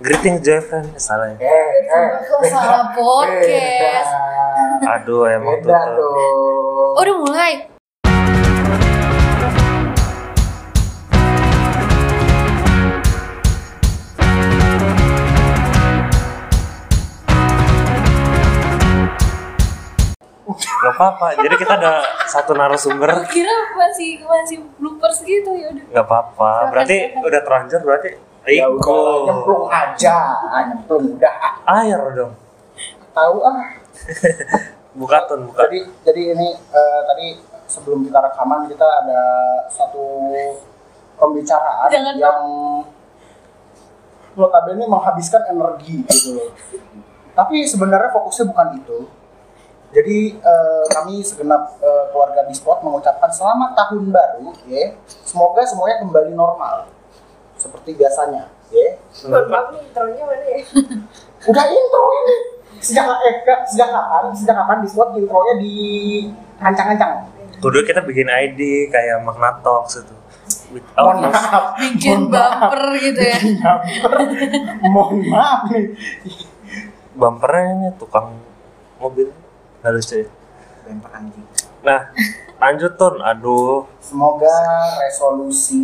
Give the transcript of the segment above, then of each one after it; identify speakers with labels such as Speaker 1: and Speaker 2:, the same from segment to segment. Speaker 1: Greeting Jeffrey salah ya.
Speaker 2: Eh, eh.
Speaker 3: Kok salah podcast?
Speaker 2: Beda.
Speaker 1: Aduh emang tuh.
Speaker 2: Beda
Speaker 1: tuh.
Speaker 2: tuh.
Speaker 3: Oh, udah mulai.
Speaker 1: Gak apa-apa. Jadi kita ada satu narasumber.
Speaker 3: Gue kira masih masih bloopers gitu ya udah.
Speaker 1: Gak apa-apa.
Speaker 3: Silakan,
Speaker 1: Berarti
Speaker 3: silakan.
Speaker 1: udah terlanjur berarti.
Speaker 2: Ya
Speaker 1: Riko.
Speaker 2: udah, nyemplung aja, Ah, nyemplung udah ah,
Speaker 1: Air dong.
Speaker 2: tahu ah.
Speaker 1: Buka tun, buka.
Speaker 2: Jadi jadi ini eh, tadi sebelum kita rekaman kita ada satu pembicaraan
Speaker 3: Jangan,
Speaker 2: yang notabene menghabiskan energi gitu loh. Tapi sebenarnya fokusnya bukan itu. Jadi eh, kami segenap eh, keluarga Dispot mengucapkan selamat tahun baru, ya. Semoga semuanya kembali normal seperti biasanya, ya.
Speaker 4: Mohon maaf nih intronya mana ya?
Speaker 2: Udah intro ini. Sejak eh, sejak kapan? Sejak kapan Dispot intronya di ancang-ancang?
Speaker 1: Kudu kita bikin ID kayak Magna Talks itu. With, oh,
Speaker 2: mohon maaf mohon
Speaker 3: Bikin
Speaker 2: maaf.
Speaker 3: baper gitu ya.
Speaker 2: Bikin baper. mohon maaf nih
Speaker 1: bumpernya ini tukang mobil. Harus deh.
Speaker 2: lempar anjing
Speaker 1: Nah, lanjut tun. Aduh.
Speaker 2: semoga resolusi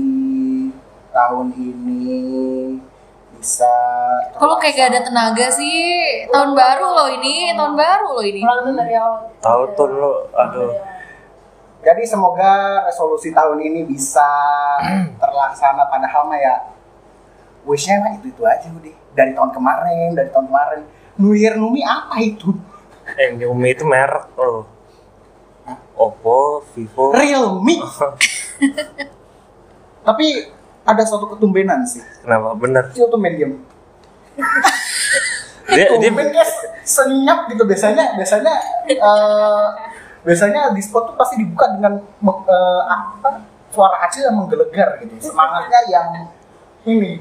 Speaker 2: tahun ini bisa
Speaker 3: Kalau kayak gak ada tenaga sih, tahun baru loh ini, tahun baru loh ini.
Speaker 4: Ulang tuh dari awal.
Speaker 1: Tahu tun lo. Aduh.
Speaker 2: jadi semoga resolusi tahun ini bisa terlaksana padahal mah ya wishnya mah itu itu aja udah dari tahun kemarin dari tahun kemarin New Year New Me apa itu
Speaker 1: Eh, ini Umi itu merek loh. Oppo, Vivo.
Speaker 2: Realme tapi ada suatu ketumbenan sih
Speaker 1: Kenapa? Bener.
Speaker 2: itu tuh medium
Speaker 1: Dia, dia,
Speaker 2: Tumben guys, senyap gitu biasanya biasanya eh, biasanya di spot tuh pasti dibuka dengan eh, apa suara Acil yang menggelegar gitu semangatnya yang ini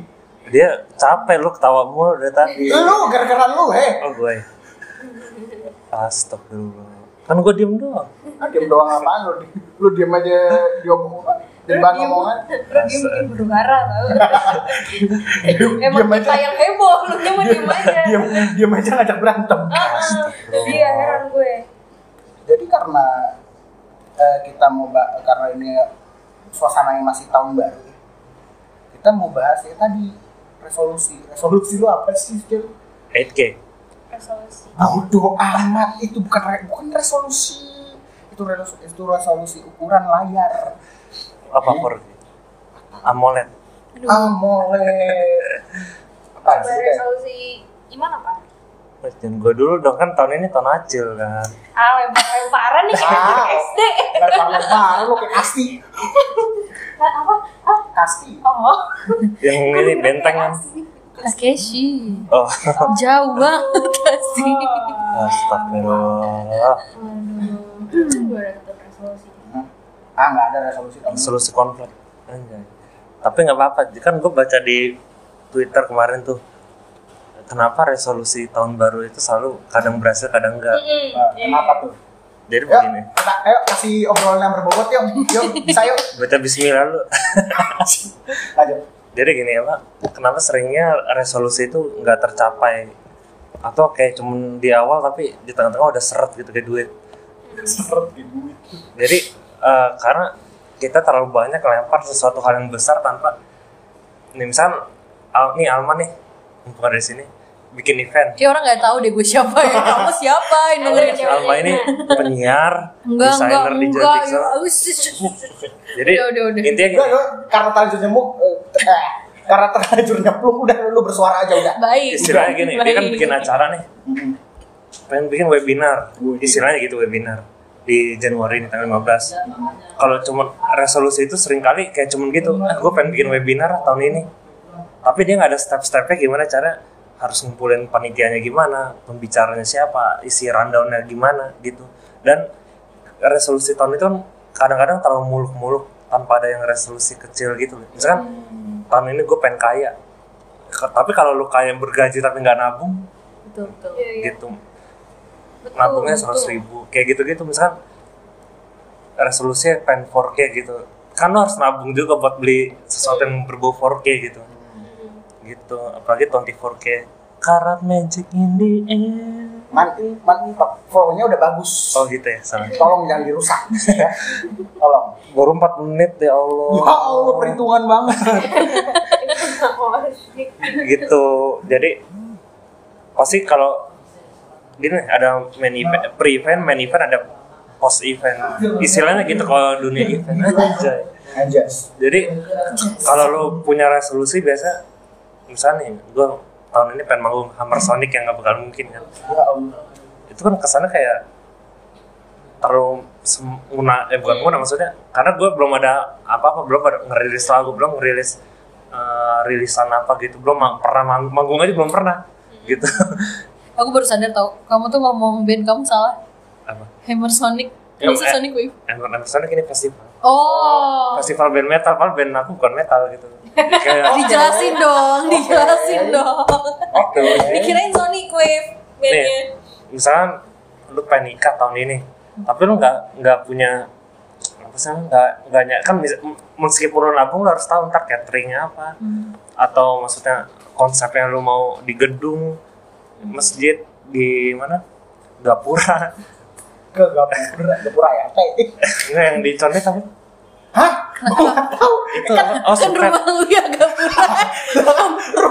Speaker 1: dia capek lu ketawa mulu dari tadi.
Speaker 2: lu gara-gara lu heh
Speaker 1: Oh gue. Astagfirullah. Kan gue diem doang.
Speaker 2: ah, diem doang apaan lu lu diem aja diomongan
Speaker 4: Lu
Speaker 2: diem bahan
Speaker 4: diem.
Speaker 2: omongan
Speaker 4: Lu diem bikin huru hara tau. Emang
Speaker 2: diem
Speaker 4: kita
Speaker 2: aja
Speaker 4: yang heboh, lu diem diem aja. Iya,
Speaker 2: diem diem aja ngajak berantem
Speaker 4: Ah, ah. Itu dia heran gue.
Speaker 2: jadi karena eh, kita mau ba- karena ini suasana yang masih tahun baru ya, kita mau bahas ya tadi resolusi resolusi lu apa sih Cil?
Speaker 1: 8K.
Speaker 4: Resolusi.
Speaker 2: bodoh amat itu bukan re- bukan resolusi itu resolusi, itu resolusi ukuran layar
Speaker 1: Apa for? AMOLED.
Speaker 3: Aduh.
Speaker 2: AMOLED apa
Speaker 4: Apa
Speaker 2: sih Teh?
Speaker 4: resolusi
Speaker 3: ya?
Speaker 4: gimana pak?
Speaker 1: Question gue dulu dong kan tahun ini tahun acil kan.
Speaker 4: Ah lempar lemparan nih kayak
Speaker 2: Ah.
Speaker 4: anak SD.
Speaker 2: lempar-lempar lu kayak kasti
Speaker 4: Ah, Apa? Ah,
Speaker 2: kasti
Speaker 4: Oh,
Speaker 1: Yang ini benteng kan.
Speaker 3: Takeshi.
Speaker 1: Oh,
Speaker 3: Jauh banget
Speaker 4: Oh.
Speaker 3: sih.
Speaker 1: astagfirullah.
Speaker 4: Gue ada satu resolusi.
Speaker 2: ah nggak ada resolusi tahun ini.
Speaker 1: Solusi konflik. Anjay. Tapi nggak apa-apa. Kan gue baca di Twitter kemarin tuh. Kenapa resolusi tahun baru itu selalu kadang berhasil kadang enggak.
Speaker 4: Mm-mm.
Speaker 2: Eh, kenapa tuh
Speaker 1: Jadi
Speaker 2: yuk
Speaker 1: begini.
Speaker 2: kita ayo kasih obrolan yang berbobot yuk yuk bisa yuk
Speaker 1: Baca bismillah lu.
Speaker 2: lanjut
Speaker 1: Jadi gini ya Pak, kenapa seringnya resolusi itu nggak tercapai atau kayak cuman di awal tapi di tengah-tengah udah seret gitu kayak duit.
Speaker 2: seret di duit
Speaker 1: Jadi eh, karena kita terlalu banyak lempar sesuatu hal yang besar tanpa nih misal Al, nih Alma nih mumpung ada di sini bikin event.
Speaker 3: Kayak orang nggak tahu deh gue siapa ya. Kamu siapa yang dengerin?
Speaker 4: Cewek
Speaker 1: Alma ini penyiar,
Speaker 3: iya, Enggak, enggak,
Speaker 1: desainer di oh.
Speaker 3: enggak.
Speaker 1: Jadixel.
Speaker 3: Ya, us, us, us, us.
Speaker 1: Jadi
Speaker 3: Udah, udah, udah.
Speaker 1: intinya
Speaker 2: Enggak,
Speaker 1: gini,
Speaker 2: lu karena terlanjur nyemuk eh, eh, karena terlanjur nyemplung udah lu bersuara aja udah
Speaker 3: Baik.
Speaker 1: istilahnya gini, dia kan
Speaker 3: Baik.
Speaker 1: bikin acara nih.
Speaker 2: Mm-mm.
Speaker 1: pengen bikin webinar
Speaker 2: Wih.
Speaker 1: istilahnya gitu webinar di Januari ini tanggal 15 kalau cuman resolusi itu seringkali kayak cuman gitu ah gue pengen bikin webinar tahun ini tapi dia nggak ada step-stepnya gimana cara harus ngumpulin panitianya gimana pembicaranya siapa isi rundownnya gimana gitu dan resolusi tahun itu kan kadang-kadang terlalu muluk-muluk tanpa ada yang resolusi kecil gitu misalkan tahun ini gue pengen kaya Ke- tapi kalau lu kaya bergaji tapi nggak nabung
Speaker 3: Betul, betul.
Speaker 4: Iya, iya.
Speaker 1: gitu nabungnya
Speaker 3: betul.
Speaker 1: seratus ribu kayak gitu gitu misalkan resolusinya pengen
Speaker 2: Iya.
Speaker 1: 4K gitu kan lo harus nabung juga buat beli sesuatu yang berbau 4K gitu
Speaker 2: Hmm.
Speaker 1: gitu apalagi 24k karat magic in the air
Speaker 2: Mantap, mantap. Flow-nya udah bagus.
Speaker 1: oh gitu ya salah
Speaker 2: Tolong jangan dirusak. ya. Tolong.
Speaker 1: baru 4 menit ya Allah
Speaker 2: Ya Allah, perhitungan banget.
Speaker 1: gitu jadi pasti kalau gini ada main
Speaker 2: Nah.
Speaker 1: event pre event main event ada post event
Speaker 2: Iya.
Speaker 1: istilahnya gitu kalau dunia event aja
Speaker 2: Anjas.
Speaker 1: jadi kalau lo punya resolusi biasa misalnya nih gue tahun ini pengen manggung Hammer Sonic yang gak bakal mungkin kan
Speaker 2: Ya Allah.
Speaker 1: itu kan kesannya kayak terlalu sem- nguna eh bukan nguna maksudnya karena gue belum ada apa-apa belum ada ngerilis lagu belum ngerilis eh, rilisan apa gitu belum ma- pernah mang- manggung aja belum pernah gitu
Speaker 3: Aku baru sadar tau, kamu tuh ngomong band kamu salah.
Speaker 1: apa
Speaker 3: Hammer Sonic.
Speaker 1: Ya,
Speaker 3: Maksud
Speaker 1: eh.
Speaker 3: Sonic Wave.
Speaker 1: Emang Hammer Sonic ini festival
Speaker 3: Oh.
Speaker 1: festival band metal padahal band aku bukan metal gitu
Speaker 3: Iya.
Speaker 1: kayak
Speaker 3: Dijelasin dong, dijelasin dong.
Speaker 1: oke
Speaker 3: Dikirain Sonic Wave bandnya.
Speaker 1: nih misalnya lu pengen nikah tahun ini tapi lu nggak nggak punya apa sih nggak nggak ny- kan mis- m- meskipun lu nabung lu harus tahu ntar cateringnya apa
Speaker 3: Hmm.
Speaker 1: atau maksudnya konsepnya lu mau di gedung masjid di mana gapura
Speaker 2: Ke Gapura, Gapura ya. Teh.
Speaker 1: ini yang di condet apa
Speaker 2: Hah? Gua nggak tahu.
Speaker 1: itu oh
Speaker 3: Kan
Speaker 1: suket
Speaker 3: rumah lu ya gak pura.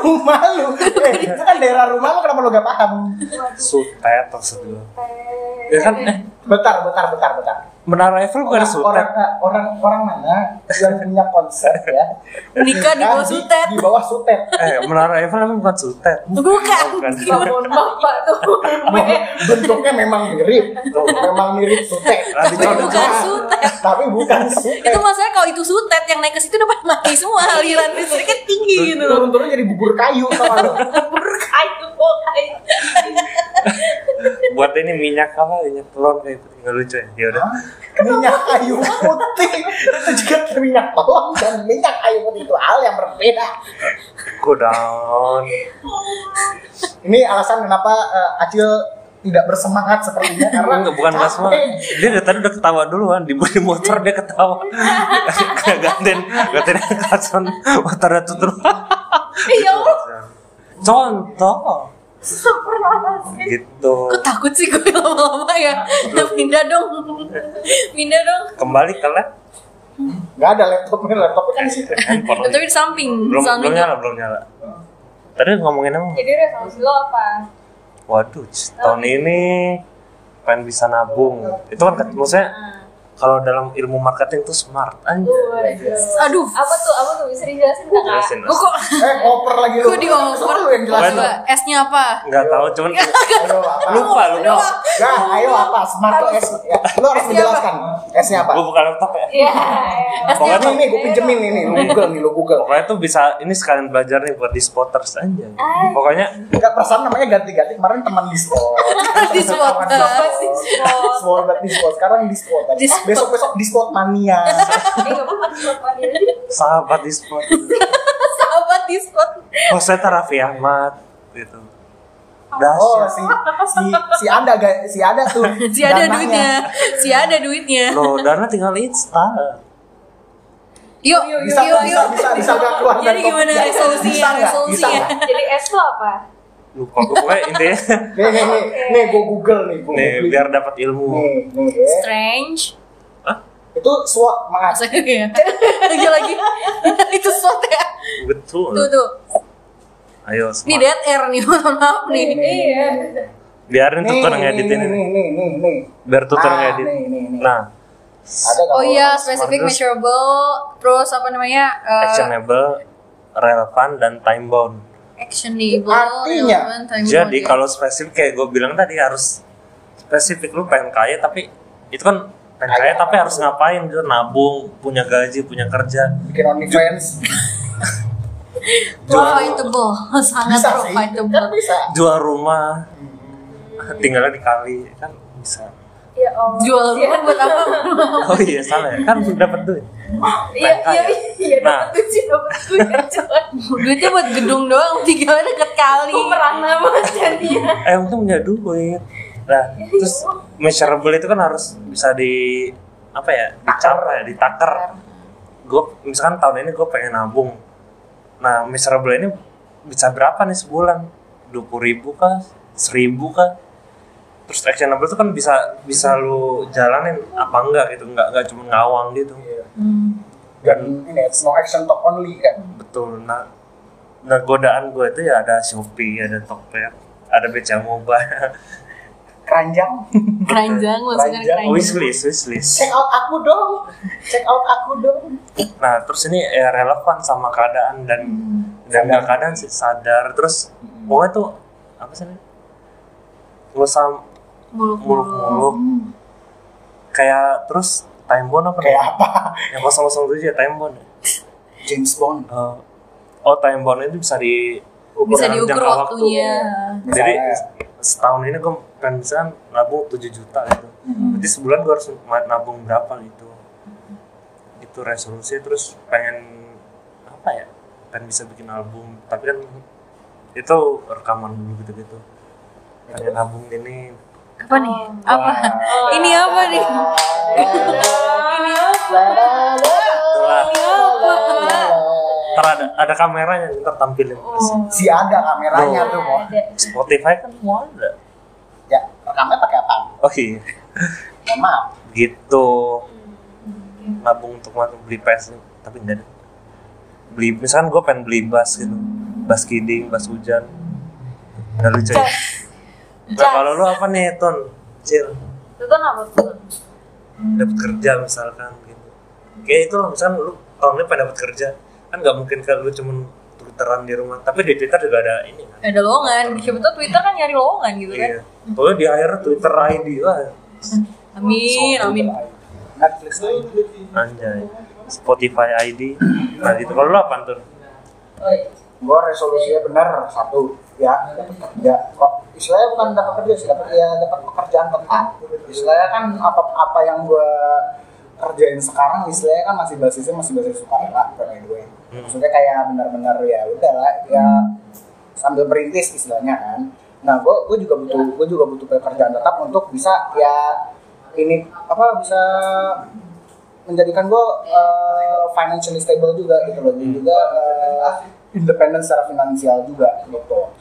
Speaker 2: rumah lu. Eh, itu kan daerah rumah lu kenapa lu gak paham?
Speaker 1: sutet maksud gue ya kan
Speaker 3: Iya.
Speaker 1: eh,
Speaker 2: Bentar, bentar, bentar, bentar.
Speaker 1: menara Eiffel bukan ada
Speaker 2: Orang,
Speaker 1: sutet
Speaker 2: orang, eh, orang, orang mana yang punya konsep ya?
Speaker 3: Nikah di bawah sutet.
Speaker 2: Di bawah sutet.
Speaker 1: eh menara Eiffel emang bukan sutet Oh,
Speaker 3: Bukan.
Speaker 1: Bukan.
Speaker 3: Gimana?
Speaker 4: Bapak tuh.
Speaker 2: Bentuknya memang mirip. Memang mirip sutet.
Speaker 1: Nah, di condet
Speaker 3: Bukan sutet.
Speaker 2: Tapi bukan sutet.
Speaker 3: Itu maksudnya kalau itu sutet yang naik ke situ udah pada mati semua aliran listriknya tinggi gitu.
Speaker 2: Turun-turun jadi bubur kayu sama lu.
Speaker 4: Kayu kok kayu.
Speaker 1: buat ini minyak apa minyak telur kayak gitu nggak lucu ya ya udah
Speaker 2: Minyak kayu putih itu juga minyak tolong dan minyak kayu putih itu hal yang berbeda.
Speaker 1: cool down
Speaker 2: Ini alasan kenapa eh, Acil tidak bersemangat sepertinya karena
Speaker 1: Enggak, bukan mas mah
Speaker 2: capek.
Speaker 1: dia dari tadi udah ketawa duluan di di motor dia ketawa kayak ganten ganten kason motor itu terus Iya.
Speaker 4: Ya Allah.
Speaker 1: contoh
Speaker 4: Super panas.
Speaker 1: gitu
Speaker 3: Kok takut sih gue lama-lama ya?
Speaker 1: Nah,
Speaker 3: Pindah dong. Pindah dong.
Speaker 1: kembali ke lab
Speaker 2: Gak ada laptopnya, laptopnya kan di situ.
Speaker 1: handphone lagi.
Speaker 3: Tapi di samping,
Speaker 1: belum belum
Speaker 3: samping.
Speaker 1: nyala belum nyala tadi ngomongin emang
Speaker 4: Jadi resolusi lo apa?
Speaker 1: waduh tahun ini pengen bisa nabung itu kan ket- maksudnya kalau dalam ilmu marketing tuh smart anjir
Speaker 3: Aduh.
Speaker 4: Apa tuh? Apa tuh? Bisa dijelasin nggak? Kak?
Speaker 1: jelasin
Speaker 3: Gue Oh, kok
Speaker 2: Eh, oper lagi lu.
Speaker 3: gue di over.
Speaker 2: Lu yang jelasin.
Speaker 3: Coba, S-nya apa?
Speaker 1: nggak tahu cuman
Speaker 2: Ayo, apa?
Speaker 1: lupa Iya. lupa
Speaker 2: Nah, ayo apa? Smart tuh S. Ya, lu harus menjelaskan. S-nya apa?
Speaker 1: gue bukan laptop ya
Speaker 4: Iya.
Speaker 1: Pokoknya
Speaker 2: Ini nih, gue pinjemin ini. Lu Google nih, lu Google.
Speaker 1: Pokoknya tuh bisa ini sekalian belajar nih buat di spotters aja. Pokoknya
Speaker 2: Enggak perasaan namanya ganti-ganti. Kemarin teman di spot.
Speaker 3: Di spot.
Speaker 2: Spot buat di spot. Sekarang di spot.
Speaker 3: Di spot.
Speaker 2: Besok-besok di spot mania.
Speaker 4: Eh, nggak apa-apa. Lupa dia.
Speaker 1: sahabat di spot.
Speaker 3: Sahabat di spot.
Speaker 1: Hoseta Raffi Ahmad gitu.
Speaker 2: Oh,
Speaker 1: Dahsyat
Speaker 2: si si si ada ga- si ada tuh.
Speaker 3: Si ada
Speaker 2: dananya.
Speaker 3: duitnya. Si ada duitnya.
Speaker 1: loh, Dana tinggal install.
Speaker 3: Yuk, yuk,
Speaker 2: Bisa
Speaker 3: yuk,
Speaker 2: bisa
Speaker 3: yuk.
Speaker 2: bisa bisa gak keluar
Speaker 3: Jadi
Speaker 2: dari topik
Speaker 3: gimana
Speaker 2: ya? Bisa
Speaker 3: resolusinya,
Speaker 2: nggak? Bisa
Speaker 3: resolusinya?
Speaker 2: nggak?
Speaker 4: Jadi S lo apa?
Speaker 1: Lupa gue pokoknya intinya
Speaker 2: Nih nih nih, nih gue Google nih. Gua
Speaker 1: nih
Speaker 2: Google.
Speaker 1: biar dapat ilmu.
Speaker 2: Nih nih. ya.
Speaker 3: Strange.
Speaker 2: Itu SWOT mengas.
Speaker 3: Saya ya. Lagi lagi. Itu spot ya.
Speaker 1: Betul.
Speaker 3: Tuh tuh.
Speaker 1: Ayo
Speaker 3: Ini
Speaker 1: smart.
Speaker 3: dead air nih, mohon maaf nih.
Speaker 4: Iya.
Speaker 1: Biarin tutor
Speaker 2: nih
Speaker 1: ngeditin Kan ini.
Speaker 2: nih nih nih nih.
Speaker 1: Biar tutor
Speaker 2: Ah,
Speaker 1: ngedit.
Speaker 2: nih, nih, nih.
Speaker 1: Nah,
Speaker 2: Ada nggak?
Speaker 3: Oh iya, specific,
Speaker 1: Smartest.
Speaker 3: measurable, terus apa namanya? eh,
Speaker 1: actionable, relevan dan time bound.
Speaker 3: actionable.
Speaker 2: Artinya,
Speaker 3: relevant, time
Speaker 1: Jadi
Speaker 3: bound,
Speaker 1: kalau spesifik kayak gue bilang tadi harus spesifik lu pengen kaya tapi itu kan pengen kaya
Speaker 2: Kaya.
Speaker 1: tapi harus ngapain gitu nabung punya gaji punya kerja
Speaker 2: Bikin OnlyFans.
Speaker 3: ya. profitable, sangat
Speaker 2: Bisa sih. Kan
Speaker 3: profitable.
Speaker 2: bisa.
Speaker 1: jual rumah tinggalnya di kali kan bisa
Speaker 4: Ya Allah.
Speaker 3: Jual
Speaker 2: Iya.
Speaker 3: rumah buat apa?
Speaker 1: oh iya salah ya kan dapat duit
Speaker 4: Iya, iya,
Speaker 1: Kaya.
Speaker 4: iya.
Speaker 1: Nah.
Speaker 4: Dapat kunci, dapat kunci.
Speaker 3: Duitnya buat gedung doang, tiga deket kali.
Speaker 4: Aku merana banget jadinya.
Speaker 1: eh untung punya duit nah terus measurable itu kan harus bisa di apa ya dicapai ditakar gue misalkan tahun ini gue pengen nabung nah measurable ini bisa berapa nih sebulan? 20.000 ribu kah? 1000 kah? Terus actionable itu kan bisa bisa lu jalanin apa enggak gitu, enggak enggak cuma ngawang gitu.
Speaker 2: Iya.
Speaker 3: Hmm.
Speaker 2: Dan ini it's no action talk only kan.
Speaker 1: Betul. Nah, nah godaan gue itu ya ada Shopee, ada Tokped, ada BCA Mobile.
Speaker 2: Keranjang.
Speaker 3: Keranjang maksudnya
Speaker 2: Keranjang.
Speaker 3: keranjang.
Speaker 1: wishlist, wishlist.
Speaker 2: Check out aku dong. Check out aku dong.
Speaker 1: Nah, terus ini ya, relevan sama keadaan dan dan
Speaker 2: Sadar.
Speaker 1: nggak keadaan sih sadar. Terus pokoknya tuh apa sih? ini? Nggak usah
Speaker 3: Muluk-muluk.
Speaker 1: muluk-muluk. Kayak terus time bond apa?
Speaker 2: Kayak apa?
Speaker 1: Yang kosong kosong tujuh ya time bond.
Speaker 2: James Bond.
Speaker 1: Eh, oh time bond itu bisa di ukuran
Speaker 3: Bisa diukur
Speaker 1: jangka waktu.
Speaker 3: waktunya.
Speaker 2: Iya.
Speaker 1: Jadi
Speaker 2: Misalnya.
Speaker 1: setahun ini gue pengen misalkan nabung 7 juta gitu. Berarti sebulan gue harus ma- nabung berapa gitu. Itu resolusi terus pengen apa ya? Pengen bisa bikin album, tapi kan itu rekaman dulu gitu-gitu. Pengen nabung ini
Speaker 3: Apa nih? Apa?
Speaker 2: Wah.
Speaker 3: Ini apa nih? Ini apa?
Speaker 1: Itulah.
Speaker 3: Ini apa?
Speaker 1: Ntar ada, ada kameranya ntar tampilin.
Speaker 4: Oh.
Speaker 2: Si ada kameranya tuh mau.
Speaker 1: Spotify kan mau ada.
Speaker 2: Ya, rekamnya pakai apa?
Speaker 1: Oh iya.
Speaker 2: Mohon maaf.
Speaker 1: gitu
Speaker 4: Hmm.
Speaker 1: nabung untuk mat- beli PS tapi enggak ada beli misalkan gue pengen beli bass gitu bass kidding bass hujan nggak lucu ya nah
Speaker 4: Jas.
Speaker 1: kalau lu apa nih ton cil
Speaker 4: Itu kan apa tuh?
Speaker 1: dapat kerja misalkan gitu kayak itu lah misalkan lu tahun ini pengen dapat kerja kan nggak mungkin kan lu cuman twitteran di rumah tapi di twitter juga ada ini kan
Speaker 3: Ada lowongan. Siapa tahu Twitter kan nyari lowongan gitu kan.
Speaker 1: iya pokoknya di akhir twitter ID lah
Speaker 3: Amin, amin.
Speaker 2: Netflix tuh.
Speaker 1: anjay Spotify ID nah itu kalau lu apa tuh
Speaker 2: Gue resolusinya benar satu ya dapat kerja kok istilahnya bukan dapat kerja sih dapat ya dapat pekerjaan tetap istilahnya kan apa apa yang gue kerjain sekarang istilahnya kan masih basisnya masih basis sukarela by the way maksudnya kayak benar-benar ya udahlah ya sambil merintis istilahnya kan nah gue gue juga butuh gue juga butuh pekerjaan tetap untuk bisa ya ini apa bisa menjadikan gue financially stable juga gitu loh dan juga eh, independen secara finansial juga gitu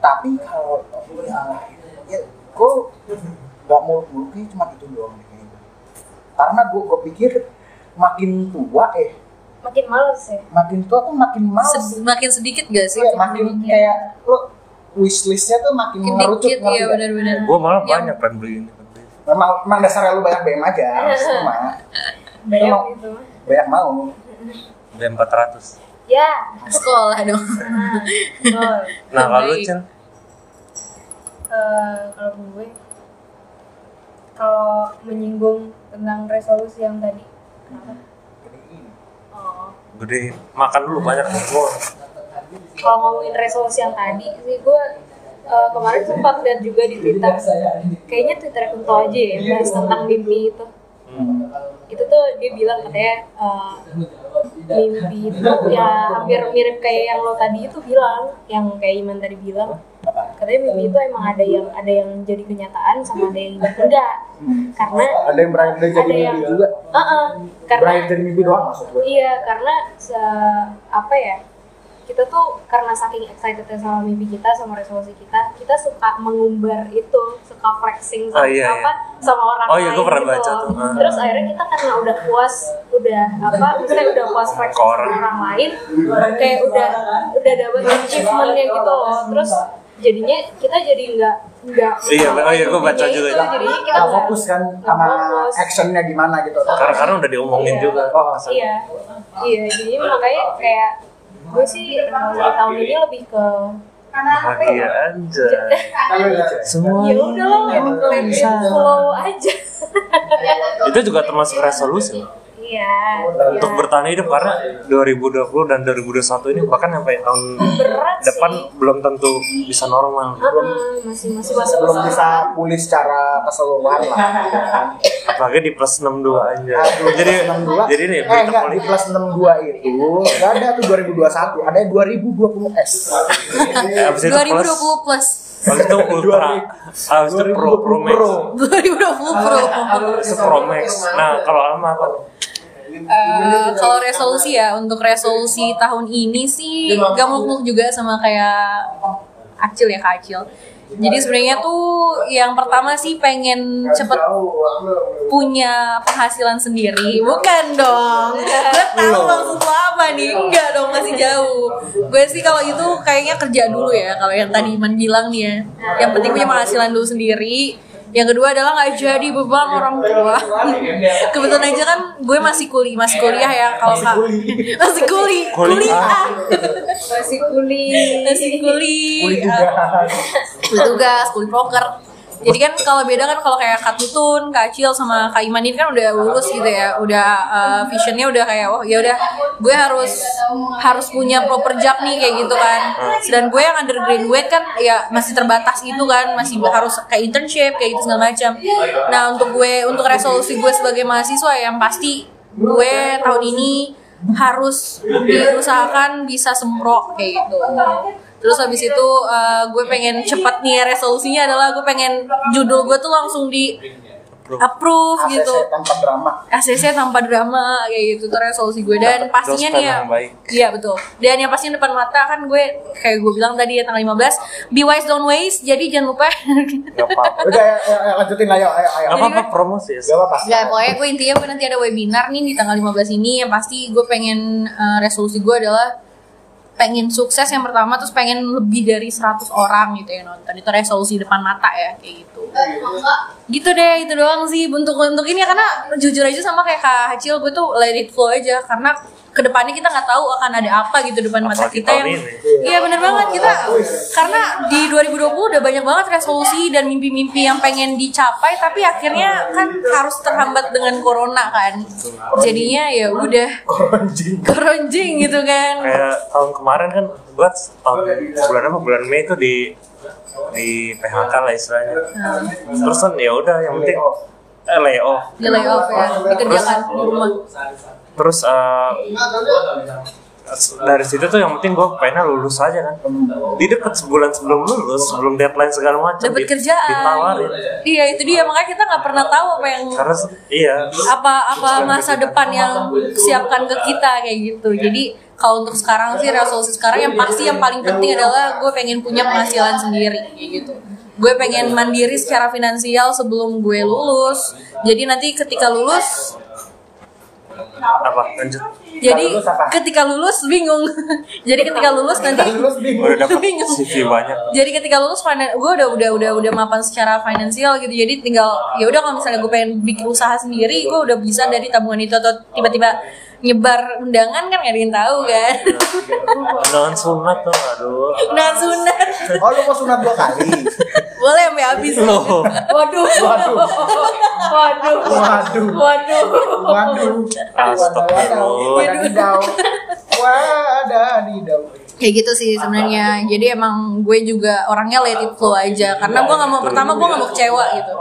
Speaker 2: tapi kalau ya, ya gue nggak mau muluk cuma itu doang nih kayaknya. karena gue gue pikir makin tua eh
Speaker 4: Makin males ya.
Speaker 2: makin tua tuh makin males
Speaker 3: Sed- makin sedikit gak sih?
Speaker 2: Iya, makin kayak lo wishlistnya tuh makin
Speaker 3: Makin
Speaker 2: mengerucut
Speaker 3: dikit
Speaker 2: ngerti
Speaker 3: ya
Speaker 2: nggak?
Speaker 3: benar-benar.
Speaker 1: gue malah
Speaker 3: Yang-
Speaker 1: banyak pengen beli ini pengen beli itu.
Speaker 2: memang, memang dasarnya lu banyak BM aja cuma
Speaker 4: Banyak itu.
Speaker 2: banyak mau
Speaker 1: beli 400
Speaker 4: Ya.
Speaker 3: Sekolah dong.
Speaker 4: Nah, betul.
Speaker 1: nah lalu
Speaker 3: Baik.
Speaker 1: Cil
Speaker 4: Eh, kalau gue kalau menyinggung tentang resolusi yang tadi kenapa? Oh.
Speaker 1: gede makan dulu banyak gue
Speaker 4: kalau ngomongin resolusi yang tadi sih gue eh, kemarin sempat lihat juga di Twitter kayaknya Twitter Kunto aja ya bahas tentang mimpi itu itu tuh dia bilang katanya eh, mimpi itu ya hampir mirip kayak yang lo tadi itu bilang yang kayak Iman tadi bilang katanya mimpi itu emang ada yang ada yang jadi kenyataan sama ada yang enggak karena
Speaker 2: ada yang berakhir
Speaker 4: ada
Speaker 2: jadi
Speaker 4: yang
Speaker 2: mimpi juga
Speaker 4: Eh, eh,
Speaker 2: berakhir
Speaker 4: karena
Speaker 2: jadi mimpi doang maksud gue
Speaker 4: Iya, karena se apa ya? Kita tuh karena saking excitednya sama mimpi kita, sama resolusi kita, kita suka mengumbar itu, suka flexing sama
Speaker 1: Oh, iya,
Speaker 4: apa sama orang
Speaker 1: Oh,
Speaker 4: lain.
Speaker 1: iya, gua pernah
Speaker 4: gitu
Speaker 1: baca
Speaker 4: loh.
Speaker 1: tuh. Ah.
Speaker 4: Terus akhirnya kita karena udah puas, udah apa? Misalnya udah puas flexing
Speaker 1: Orang.
Speaker 4: sama orang lain, kayak udah udah dapat achievementnya gitu loh. Terus jadinya kita jadi nggak nggak
Speaker 1: Iya, oh iya, gua baca
Speaker 4: itu,
Speaker 1: juga.
Speaker 4: Jadinya kita
Speaker 2: nggak fokus kan sama
Speaker 4: fokus.
Speaker 2: actionnya gimana gitu
Speaker 1: karena karena udah diomongin
Speaker 4: Iya.
Speaker 1: juga
Speaker 2: oh sorry.
Speaker 4: iya iya jadi makanya kayak gue sih eh, tahun ini lebih ke iya.
Speaker 1: bahagia aja
Speaker 2: Kalau lu, Cek?
Speaker 1: semua
Speaker 4: ya udah lah lebih slow aja
Speaker 1: itu juga termasuk resolusi loh.
Speaker 4: iya
Speaker 1: untuk
Speaker 4: iya.
Speaker 1: bertahan hidup karena 2020 dan 2021 ini bahkan sampai tahun
Speaker 4: berat
Speaker 1: depan
Speaker 4: sih
Speaker 1: belum tentu bisa normal
Speaker 4: Ah, ah, masih masih masa
Speaker 2: belum
Speaker 4: masa
Speaker 2: bisa pulih secara keseluruhan lah gitu kan.
Speaker 1: apalagi di plus 62 aja
Speaker 2: Aduh,
Speaker 1: Iya. jadi
Speaker 2: plus 62.
Speaker 1: jadi nih
Speaker 2: eh
Speaker 1: berita
Speaker 2: enggak, di
Speaker 1: politik
Speaker 2: plus 62 itu enggak ada tuh 2021, ada 2020 S.
Speaker 1: abis itu plus
Speaker 3: 2020 plus.
Speaker 1: abis itu ultra abis itu pro pro max
Speaker 3: 2020 pro.
Speaker 1: Terus Pro Max. Nah, kalau Alma apa?
Speaker 3: Eh, kalau resolusi ya untuk resolusi tahun ini sih gak muluk-muluk juga sama kayak Acil ya Kak Acil. Jadi sebenarnya tuh yang pertama sih pengen cepet punya penghasilan sendiri bukan dong gue tahu
Speaker 1: Belum.
Speaker 3: maksud lo apa nih enggak dong masih jauh gue sih kalau itu kayaknya kerja dulu ya kalau yang tadi Iman bilang nih ya yang penting punya penghasilan dulu sendiri yang kedua adalah nggak jadi beban orang tua kebetulan aja kan gue masih kuliah masih kuliah ya kalau kak masih
Speaker 1: Kuliah.
Speaker 3: kuliah kuliah
Speaker 4: masih kuli
Speaker 3: masih
Speaker 2: kulit
Speaker 3: kuliah
Speaker 2: juga
Speaker 3: tugas, kulit broker. Jadi kan kalau beda kan kalau kayak Kak Tutun, Kak Acil sama Kak Iman ini kan udah lulus gitu ya, udah eh, visionnya udah kayak oh ya udah gue harus harus punya proper job nih kayak gitu kan. Dan gue yang undergraduate kan ya masih terbatas gitu kan, masih harus kayak internship kayak gitu segala macam. Nah untuk gue untuk resolusi gue sebagai mahasiswa yang pasti gue tahun ini harus diusahakan bisa semprot kayak gitu. Terus habis itu eh, gue pengen cepet nih resolusinya adalah gue pengen judul gue tuh langsung di approve
Speaker 2: ACC
Speaker 3: gitu.
Speaker 2: tanpa drama
Speaker 3: ACC tanpa drama kayak gitu tuh resolusi gue
Speaker 1: Dapat
Speaker 3: dan pastinya
Speaker 1: dosen
Speaker 3: nih ya
Speaker 1: yang baik.
Speaker 3: iya betul dan yang pastinya depan mata kan gue kayak gue bilang tadi ya tanggal 15 be wise don't waste jadi jangan lupa
Speaker 1: Gak apa-apa.
Speaker 2: udah ya, ya, ya, lanjutin lah yuk, ayo ayo
Speaker 1: Gak apa-apa
Speaker 3: kan
Speaker 1: promosi ya.
Speaker 2: gak apa-apa
Speaker 3: Gak, Iya, pokoknya gue intinya gue nanti ada webinar nih di tanggal 15 ini yang pasti gue pengen eh, resolusi gue adalah pengen sukses yang pertama terus pengen lebih dari 100 orang gitu yang nonton itu resolusi depan mata ya kayak gitu gitu deh itu doang sih bentuk untuk ini ya, karena jujur aja sama kayak kak Hacil gue tuh let it flow aja karena kedepannya kita nggak tahu akan ada apa gitu depan mata
Speaker 1: Apalagi
Speaker 3: kita
Speaker 1: tahun
Speaker 3: yang
Speaker 1: ini.
Speaker 3: iya bener banget kita karena di 2020 udah banyak banget resolusi dan mimpi-mimpi yang pengen dicapai tapi akhirnya kan harus terhambat dengan corona kan jadinya ya udah
Speaker 2: Koronjing.
Speaker 3: keronjing gitu kan
Speaker 1: Kayak tahun kemarin kan gue tahun bulan apa bulan Mei itu di di PHK lah istilahnya. Terus kan ya udah yang penting eh, layoff.
Speaker 3: di layoff ya dikerjakan di rumah
Speaker 1: Terus eh, dari situ tuh yang penting gue pengennya lulus aja kan. Di deket sebulan sebelum lulus, sebelum deadline segala macam.
Speaker 3: dapat
Speaker 1: di-
Speaker 3: kerjaan
Speaker 1: Ditawarin.
Speaker 3: iya itu dia makanya kita nggak pernah tahu apa yang
Speaker 1: Karena se- iya,
Speaker 3: apa apa masa depan yang siapkan ke kita kayak gitu
Speaker 2: Iya.
Speaker 3: jadi kalau untuk sekarang sih resolusi sekarang yang pasti yang
Speaker 2: Iya,
Speaker 3: paling penting adalah gue pengen punya penghasilan sendiri kayak gitu gue
Speaker 2: Iya.
Speaker 3: pengen mandiri secara finansial sebelum gue lulus jadi nanti ketika lulus
Speaker 1: apa lanjut?
Speaker 3: jadi
Speaker 2: lulus apa?
Speaker 3: ketika lulus bingung jadi ketika lulus nanti
Speaker 2: lulus bingung
Speaker 1: Udah dapat
Speaker 3: Bingung.
Speaker 1: CV banyak.
Speaker 3: jadi ketika lulus finan- gue udah udah udah udah mapan secara finansial gitu jadi tinggal ya udah kalau misalnya gue pengen bikin usaha sendiri gue udah bisa dari tabungan itu atau tiba-tiba nyebar undangan kan nggak ada yang tahu kan
Speaker 1: Undangan sunat tuh, aduh.
Speaker 3: nah sunat
Speaker 2: oh lu mau sunat dua kali
Speaker 3: boleh sampai habis
Speaker 1: Loh.
Speaker 3: waduh
Speaker 2: Waduh.
Speaker 3: waduh
Speaker 2: waduh
Speaker 3: waduh
Speaker 2: waduh
Speaker 1: Astagfirullah.
Speaker 2: Wadadidau. Wadadidau.
Speaker 3: kayak gitu sih sebenarnya jadi emang gue juga orangnya let it flow aja karena gue nggak mau pertama gue
Speaker 1: iya.
Speaker 3: nggak mau kecewa gitu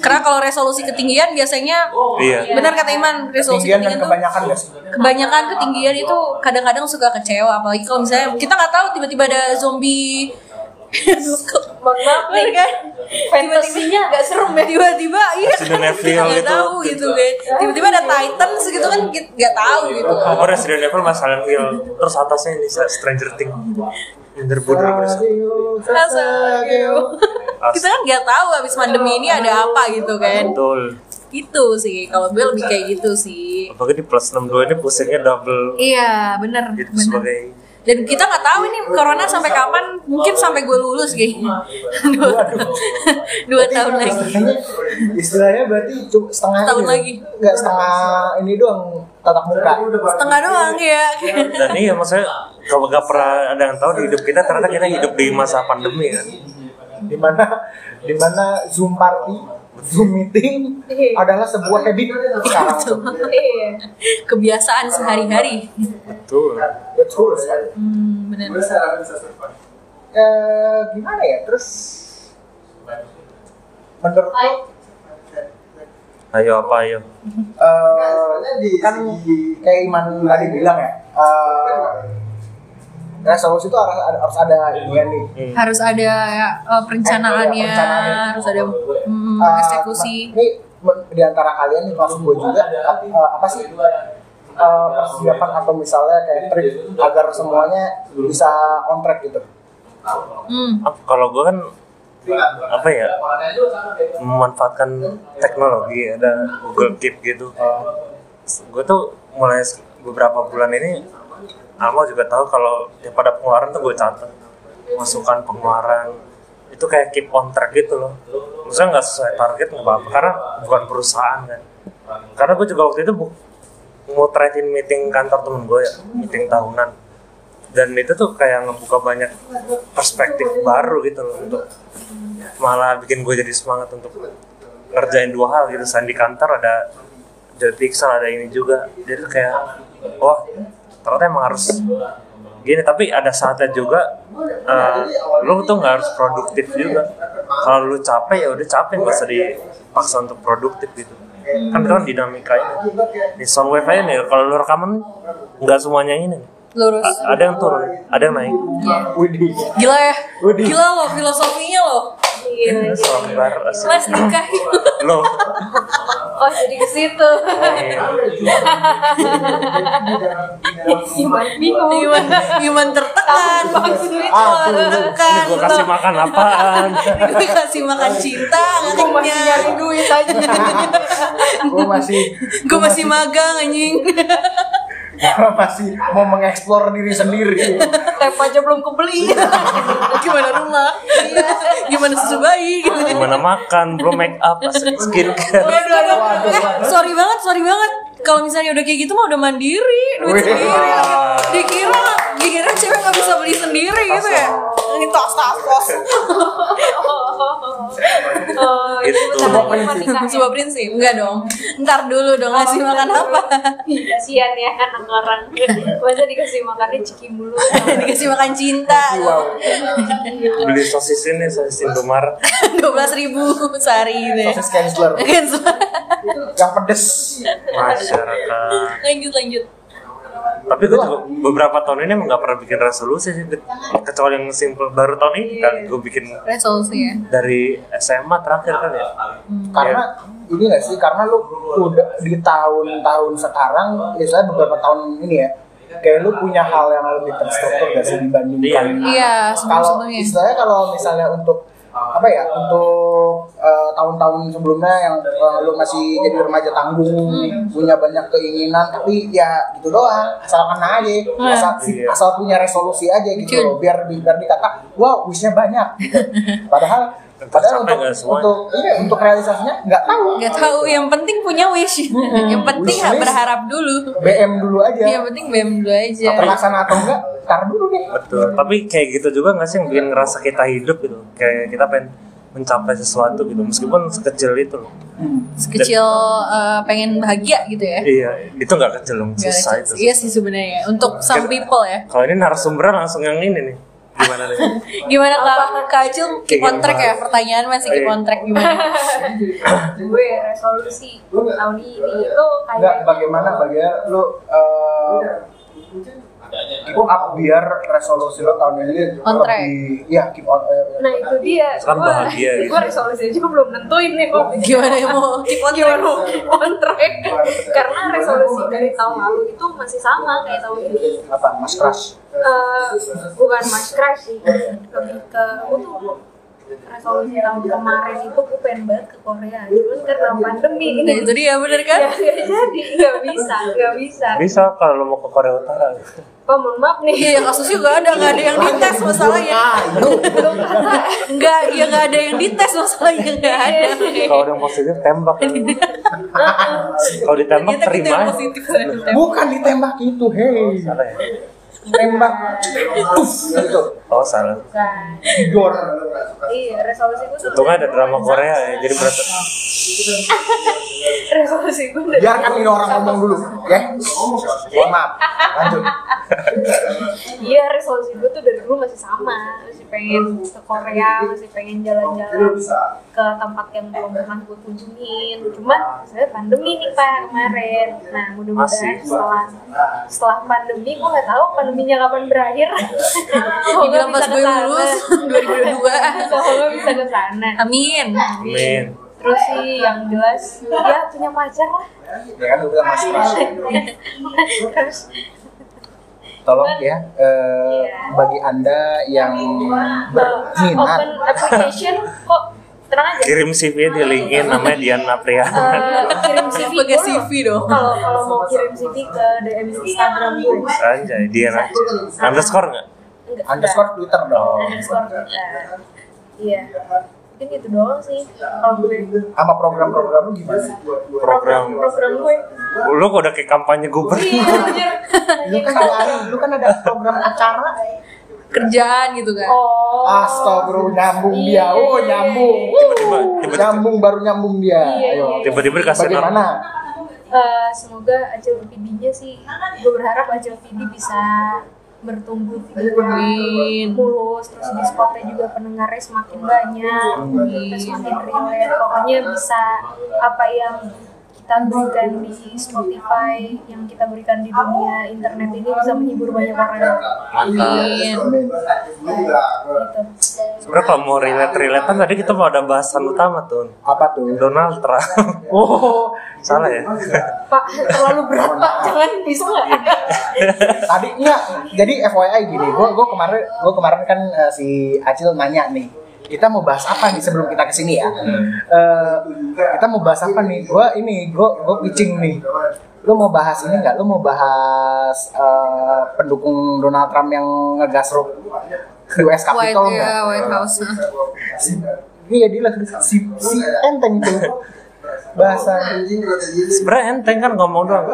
Speaker 3: karena kalau resolusi ketinggian biasanya
Speaker 1: Iya.
Speaker 3: benar kata Iman resolusi
Speaker 2: Ketinggian dan
Speaker 3: ketinggian tuh
Speaker 2: kebanyakan gak sih?
Speaker 3: kebanyakan ketinggian itu kadang-kadang suka kecewa apalagi kalau misalnya kita nggak tahu tiba-tiba ada zombie
Speaker 4: mohon maaf
Speaker 3: Bener
Speaker 4: nih
Speaker 3: kan
Speaker 4: fantasinya agak serem ya
Speaker 3: tiba-tiba iya kan
Speaker 1: Resident
Speaker 3: kita
Speaker 1: Evil
Speaker 3: nggak
Speaker 1: gitu.
Speaker 3: tahu gitu kan tiba-tiba ada Titan segitu kan kita nggak tahu gitu
Speaker 1: Apa Resident Evil Mas Silent Hill Terus atasnya ini Stranger Things Underwood
Speaker 3: Rasa gitu. Ah.
Speaker 1: Asli
Speaker 3: kita kan nggak tahu abis pandemi ini ada apa gitu kan
Speaker 1: Betul
Speaker 3: itu sih kalau gue lebih kayak gitu sih
Speaker 1: Apalagi di plus 62 ini pusingnya double
Speaker 3: iya bener
Speaker 1: Gitu
Speaker 3: bener
Speaker 1: sebagai
Speaker 3: dan kita nggak tahu ini corona sampai kapan mungkin sampai gue lulus kayaknya dua, gitu. dua tahun lagi
Speaker 2: Istilahnya berarti cuma setengah
Speaker 3: Setahun
Speaker 2: ini.
Speaker 3: lagi.
Speaker 2: Enggak setengah ini doang tatap muka.
Speaker 3: setengah doang ya
Speaker 1: Dan iya maksudnya Kalau gak pernah ada yang tahu di hidup kita Ternyata kita hidup di masa pandemi kan
Speaker 2: Di mana di mana Zoom party, Zoom meeting
Speaker 3: Iya.
Speaker 2: adalah sebuah habit sekarang.
Speaker 4: iya
Speaker 3: kebiasaan sehari-hari
Speaker 1: Betul
Speaker 2: Betul.
Speaker 3: hmm, bener
Speaker 2: Eh gimana ya? Terus menurut lo
Speaker 1: Ayo apa ayo
Speaker 2: eh kan kayak Iman tadi bilang ya eh, resolusi itu harus ada, harus ada ini ya nih
Speaker 1: Hmm.
Speaker 3: harus ada ya, eh, perencanaannya
Speaker 2: Eh, perencanaan.
Speaker 3: harus ada hmm,
Speaker 2: Eh, nah,
Speaker 3: eksekusi
Speaker 2: ini men- di antara kalian nih masuk gue juga ap- eh, apa sih eh, persiapan atau misalnya kayak trik agar semuanya bisa on track gitu?
Speaker 3: Hmm.
Speaker 1: Ah, kalau gue kan apa ya memanfaatkan teknologi ada Google Keep gitu gue tuh mulai se- beberapa bulan ini Amal juga tahu kalau yang pada pengeluaran tuh gue catat masukan pengeluaran itu kayak keep on track gitu loh maksudnya nggak sesuai target nggak apa-apa karena bukan perusahaan kan karena gue juga waktu itu bu- motretin meeting kantor temen gue ya meeting tahunan dan itu tuh kayak ngebuka banyak perspektif baru gitu loh untuk malah bikin gue jadi semangat untuk ngerjain dua hal gitu selain di kantor ada ada pixel ada ini juga jadi kayak wah ternyata emang harus gini tapi ada saatnya juga eh, lu tuh nggak harus produktif juga kalau lu capek ya udah capek nggak usah dipaksa untuk produktif gitu kan itu kan dinamikanya di soundwave aja nih kalau lu rekaman nggak semuanya ini
Speaker 3: Lurus.
Speaker 1: A- ada yang turun ada yang naik
Speaker 2: Widih.
Speaker 3: Gila ya.
Speaker 2: Widih.
Speaker 3: Gila loh filosofinya loh.
Speaker 4: Iya.
Speaker 1: Ini soundbar asli.
Speaker 3: Mas nikahin.
Speaker 1: lo
Speaker 4: Oh jadi ke situ. Gimana bingung.
Speaker 3: Iman, Iman tertekan.
Speaker 2: Ah, tuh, tuh.
Speaker 1: ini
Speaker 3: Tertekan.
Speaker 1: gue kasih makan apaan
Speaker 3: Ini gue kasih makan cinta, nggak
Speaker 4: Aku masih
Speaker 3: kenyang.
Speaker 4: nyari duit aja.
Speaker 2: Gue masih
Speaker 3: Gue masih magang anjing.
Speaker 2: gua masih mau mengeksplor diri sendiri.
Speaker 4: Tep aja belum kebeli.
Speaker 3: Gimana rumah? Iya. Gimana susu bayi? Gitu.
Speaker 1: gimana makan belum make up asli. skincare
Speaker 3: Eh, sorry banget, sorry banget. Kalau misalnya udah kayak gitu mah udah mandiri, duit
Speaker 2: Wih.
Speaker 3: sendiri. Dikira, dikira cewek nggak bisa beli sendiri gitu ya. Ini tos tos tos.
Speaker 4: Oh,
Speaker 1: Itu.
Speaker 4: ini
Speaker 3: Gitu.
Speaker 4: bentar
Speaker 1: Sebuah
Speaker 3: Iya.
Speaker 4: lagi pernikahan.
Speaker 3: Sebuah prinsip, enggak dong. Ntar dulu dong ngasih makan apa?
Speaker 4: Kasian ya anak orang. Masa dikasih makannya ciki mulu. Iya.
Speaker 3: Dikasih makan cinta.
Speaker 2: Wow.
Speaker 1: beli sosis ini sosis Indomaret
Speaker 3: Dua belas ribu sehari gitu. ya.
Speaker 2: Proses canceler
Speaker 3: Mungkin semua.
Speaker 2: yang pedes.
Speaker 1: masyarakat
Speaker 3: lanjut lanjut.
Speaker 1: tapi gue juga beberapa tahun ini emang gak pernah bikin resolusi sih Fit. kecuali yang simple baru tahun ini kan gue bikin
Speaker 3: Resolusi ya.
Speaker 1: dari SMA terakhir kan ya
Speaker 2: Karena ini gak sih? Karena lu udah di tahun-tahun sekarang, misalnya beberapa tahun ini ya, kayak lu punya hal yang lebih terstruktur gak sih dibandingkan
Speaker 1: Iya.
Speaker 3: Iya sebelum
Speaker 2: kalau
Speaker 3: sebelumnya.
Speaker 2: istilahnya kalau misalnya untuk apa ya untuk eh, tahun-tahun sebelumnya yang eh, lu masih jadi remaja tanggung punya banyak keinginan tapi ya gitu doang asal kena aja asal,
Speaker 1: Iya.
Speaker 2: asal punya resolusi aja gitu loh,
Speaker 3: Betul.
Speaker 2: biar biar dikata wow wishnya banyak gitu. padahal padahal
Speaker 1: Tercapai
Speaker 2: untuk
Speaker 1: nggak semuanya?
Speaker 2: untuk iya, untuk realisasinya nggak tahu
Speaker 3: Gak tahu, yang penting punya wish. yang penting
Speaker 2: Wish Iya. list.
Speaker 3: berharap dulu.
Speaker 2: BM dulu aja
Speaker 3: Yang penting BM dulu aja.
Speaker 2: terlaksana atau enggak tar dulu deh
Speaker 1: betul tapi kayak gitu juga nggak sih yang bikin ngerasa kita hidup gitu kayak kita pengen mencapai sesuatu gitu meskipun sekecil itu loh
Speaker 3: Sekecil eh, pengen bahagia gitu ya.
Speaker 1: iya itu nggak kecil dong
Speaker 3: Gak
Speaker 1: susah Kan
Speaker 3: ada-
Speaker 1: itu
Speaker 3: Iya sih sebenarnya untuk some people ya.
Speaker 1: kalau ini narasumbernya langsung yang ini nih gimana nih
Speaker 3: Gimana Kak Kak Acil keep on track ya? Pertanyaan masih
Speaker 1: Oh,
Speaker 3: keep
Speaker 1: iya.
Speaker 3: on track gimana?
Speaker 4: Gue resolusi tahun ini itu
Speaker 2: Enggak,
Speaker 4: kayak
Speaker 2: bagaimana bagaimana lu eh keep up biar resolusi lo tahun ini
Speaker 3: On track.
Speaker 2: lebih ya keep on eh,
Speaker 4: Nah itu dia.
Speaker 1: Kan
Speaker 4: Gua-
Speaker 1: bahagia gitu.
Speaker 4: gua resolusi aja belum nentuin nih kok.
Speaker 3: Gimana yang mau keep on track?
Speaker 4: Gimana mau on track? Karena resolusi dari tahun lalu itu masih sama kayak tahun ini.
Speaker 2: apa mas crush
Speaker 4: Eh, bukan mas crush sih, lebih ke aku tuh resolusi tahun kemarin itu gue pengen banget ke Korea. Cuman karena pandemi
Speaker 3: Nah itu dia bener kan?
Speaker 4: Ya, nggak jadi nggak bisa nggak bisa.
Speaker 1: bisa kalau lo mau ke Korea Utara
Speaker 4: Oh mohon maaf nih.
Speaker 3: Iya kasusnya gak ada, gak ada yang dites masalahnya
Speaker 1: Ah, iya.
Speaker 3: Enggak, ya gak ada yang dites masalahnya Gak
Speaker 4: Iya.
Speaker 3: ada
Speaker 1: kalau ada yang positif tembak kalau ditembak
Speaker 3: Ternyata kita
Speaker 1: terima ya.
Speaker 3: yang positif kan? ternyata.
Speaker 2: bukan ditembak itu hei
Speaker 1: salah ya
Speaker 2: tembak tuf gitu
Speaker 1: oh salah
Speaker 4: Bukan.
Speaker 2: dor
Speaker 4: Iya resolusi gue tuh.
Speaker 1: Untungnya ada drama Korea ya, jadi berasa
Speaker 4: Resolusi gue dari
Speaker 2: biarkan ini orang ngomong dulu ya mohon maaf lanjut
Speaker 4: Iya resolusi gue tuh dari dulu masih sama Masih pengen ke Korea, masih pengen
Speaker 2: Ya
Speaker 4: jalan-jalan ke tempat yang belum pernah gue kunjungin Cuman sebenarnya pandemi nih Pak kemarin Nah mudah-mudahan
Speaker 1: Masih.
Speaker 4: setelah setelah pandemi gue gak tahu pandeminya kapan berakhir
Speaker 3: Iya, Dibilang pas gue lulus 2022
Speaker 4: Semoga bisa ke sana
Speaker 3: Amin
Speaker 1: Amin
Speaker 4: terus sih yang jelas ya punya pacar lah
Speaker 2: ya kan udah mas Pras
Speaker 4: terus
Speaker 2: tolong ya eh,
Speaker 4: Iya.
Speaker 2: bagi anda yang
Speaker 3: Iya.
Speaker 4: open
Speaker 2: berminat
Speaker 4: application kok tenang aja
Speaker 1: kirim CV di LinkedIn namanya Dian Aprian
Speaker 4: Eh, kirim CV
Speaker 3: Pakai
Speaker 4: dulu.
Speaker 3: CV dong.
Speaker 4: kalau kalau mau kirim CV ke DM Instagram gue
Speaker 1: anjay Dian aja underscore nggak
Speaker 4: enggak
Speaker 2: underscore Twitter
Speaker 1: Oh.
Speaker 2: dong
Speaker 4: underscore eh, iya mungkin itu doang sih kalau gue
Speaker 2: sama program-program lu gimana?
Speaker 1: program
Speaker 4: program gue
Speaker 1: lu kok udah kayak kampanye
Speaker 4: iya
Speaker 1: gubernur
Speaker 4: bener
Speaker 2: Lu kan ada, lu kan ada program acara.
Speaker 3: kerjaan gitu kan
Speaker 4: oh
Speaker 2: Astagfirullah nyambung dia. Oh, nyambung.
Speaker 1: Tiba-tiba, tiba-tiba.
Speaker 2: Nyambung baru nyambung dia.
Speaker 4: Iya,
Speaker 2: Ayo.
Speaker 4: iya, iya.
Speaker 1: tiba-tiba dikasih nama
Speaker 2: Bagaimana?
Speaker 4: Eh, semoga acil PD-nya sih gue berharap acil PD bisa bertumbuh
Speaker 3: Amin.
Speaker 4: mulus terus di spotnya juga pendengarnya semakin banyak terus semakin relate pokoknya bisa apa yang kita berikan di Spotify yang kita berikan di dunia internet ini bisa menghibur banyak orang
Speaker 1: Ah.
Speaker 2: Iya.
Speaker 3: Amin.
Speaker 4: gitu
Speaker 1: sebenarnya kalau mau relate relatean tadi kita mau ada bahasan utama tuh
Speaker 2: Apa tuh?
Speaker 1: Donald Trump oh salah ya
Speaker 4: pak terlalu berat pak jangan bisa nggak
Speaker 2: Tadi enggak. Jadi FYI gini, gua gua kemarin gua kemarin kan eh, si Acil nanya nih. Kita mau bahas apa nih sebelum kita kesini ya? Eh, kita mau bahas apa nih? Gua ini, gua gua pitching nih. Lu mau bahas ini nggak? Lu mau bahas eh, pendukung Donald Trump yang ngegasruk US
Speaker 3: White,
Speaker 2: Capitol nggak?
Speaker 3: ya, White House.
Speaker 2: Iya dia lagi si, si enteng tuh bahasa
Speaker 1: sebenarnya enteng kan ngomong doang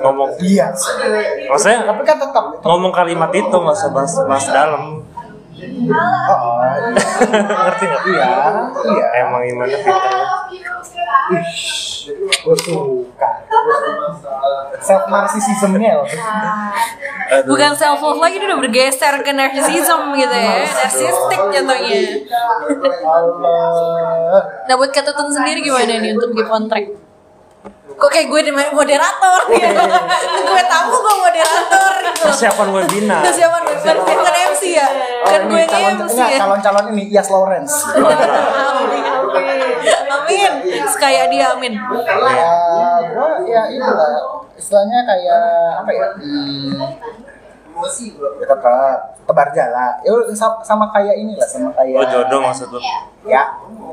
Speaker 1: ngomong
Speaker 2: dia. Iya.
Speaker 1: maksudnya
Speaker 2: Tapi kan tetap.
Speaker 1: ngomong kalimat itu masa bahas bahas dalam
Speaker 2: Oh,
Speaker 1: ngerti nggak
Speaker 2: iya, iya.
Speaker 1: emang gimana pintarnya
Speaker 2: Gue suka. Self narcissismnya loh.
Speaker 1: Aduh.
Speaker 3: bukan self love lagi ini udah bergeser ke narcissism gitu
Speaker 2: Iya.
Speaker 3: ya narsistik contohnya
Speaker 2: Allah.
Speaker 3: nah buat ketutun sendiri gimana nih untuk di kontrak kok kayak gue di- moderator
Speaker 2: Iya,
Speaker 3: gitu gue tamu gue moderator gitu
Speaker 1: persiapan webinar
Speaker 3: persiapan webinar kan bukan MC ya kan gue
Speaker 2: ini Oh, calon
Speaker 3: yang MC
Speaker 2: enggak,
Speaker 3: ya
Speaker 2: calon-calon ini Yas Lawrence.
Speaker 3: amin
Speaker 2: Iya.
Speaker 3: sekaya dia amin
Speaker 2: ya,
Speaker 3: Iya.
Speaker 2: gua ya itulah istilahnya kayak apa ya? Hmm, ya tetap tebar jala. Ya udah, sa- sama kayak inilah sama kayak
Speaker 1: oh jodoh maksud lu
Speaker 2: ya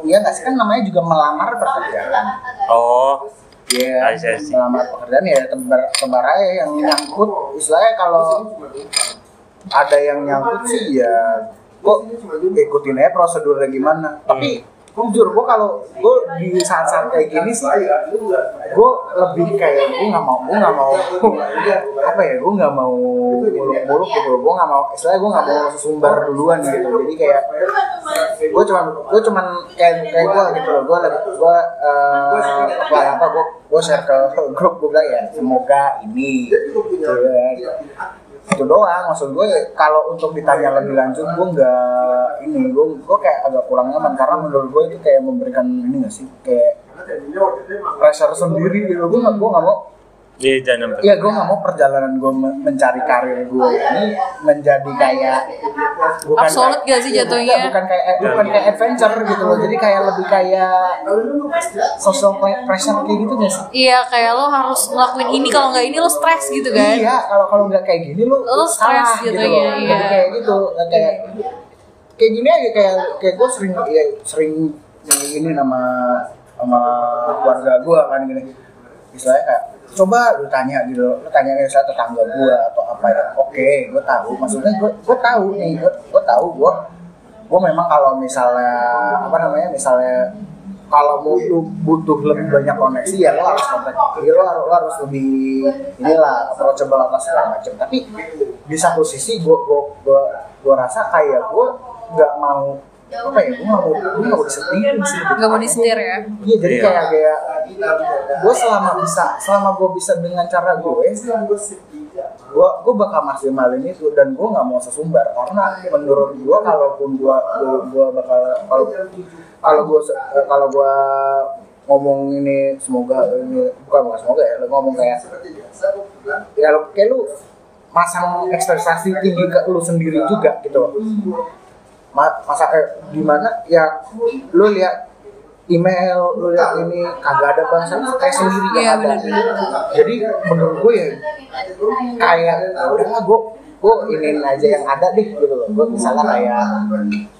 Speaker 2: ya nggak sih kan namanya juga melamar pekerjaan
Speaker 1: oh
Speaker 2: ya
Speaker 1: I see, I see.
Speaker 2: melamar pekerjaan ya tebar tebar aja yang nyangkut istilahnya kalau ada yang nyangkut sih ya kok ikutin aja prosedurnya gimana tapi jujur gue kalau gue di saat-saat kayak gini sih gue lebih kayak gue nggak mau gue nggak mau apa ya gue nggak mau muluk-muluk gitu gue nggak mau istilahnya gue nggak mau sumber duluan gitu jadi kayak gue cuman gue cuman kayak kayak gue gitu loh gue gue apa eh, apa gue gue share ke grup gue bilang ya semoga ini gitu ya itu doang maksud gue kalau untuk ditanya lebih lanjut gue nggak ini gue gue kayak agak kurang nyaman karena menurut gue itu kayak memberikan ini nggak sih kayak pressure sendiri gitu gue nggak gue nggak mau
Speaker 1: iya jangan sampai
Speaker 2: ya gue nggak mau perjalanan gue me- mencari karir gue ini menjadi kayak bukan
Speaker 3: absolut gak sih
Speaker 2: Iya, Enggak,
Speaker 3: jatuhnya
Speaker 2: bukan kayak eh, bukan kayak adventure gitu loh jadi kayak lebih kayak social pressure kayak gitu nggak sih
Speaker 3: Iya kayak lo harus ngelakuin ini kalau nggak ini lo stres gitu kan
Speaker 2: Iya, kalau kalau nggak kayak gini lu
Speaker 3: Lu stres
Speaker 2: salah
Speaker 3: gitu,
Speaker 2: loh.
Speaker 3: iya, iya.
Speaker 2: Jadi kayak gitu, nggak kayak kayak gini aja kayak kayak gue sering ya, sering ini nama sama keluarga gue kan gini. Misalnya kayak coba lu tanya gitu, lu tanya ke misalnya tetangga gue atau apa ya. Oke, gue tahu. Maksudnya gue gue tahu nih, gue gue tahu gue gue Oh, memang kalau misalnya apa namanya misalnya kalau mau lu butuh lebih banyak koneksi ya lo harus kontak ya lo harus, lo harus lebih inilah approachable apa segala macam tapi di satu sisi gue gue gue gue rasa kayak gue nggak mau apa ya gue nggak mau gue nggak mau disetirin sih
Speaker 3: nggak mau disetir ya
Speaker 2: Iya jadi
Speaker 1: Iya.
Speaker 2: kayak kayak gue selama bisa selama gue bisa dengan cara gue gue gue bakal maksimalin itu dan gue nggak mau sesumbar karena menurut gue kalaupun gue gue bakal kalau kalau gue kalau gue ngomong ini semoga ini bukan bukan semoga ya lu ngomong kayak ya lu- kayak lu masang ekspektasi tinggi ke lu sendiri juga gitu loh Ma- masa eh, di mana ya lu lihat email lu lihat ini kagak ada bahasa lu kayak sendiri
Speaker 3: Iya,
Speaker 2: gak ada
Speaker 3: benar-benar.
Speaker 2: jadi menurut gue ya kayak gitu. udah lah gue gue iniin aja yang ada deh gitu loh gue misalnya kayak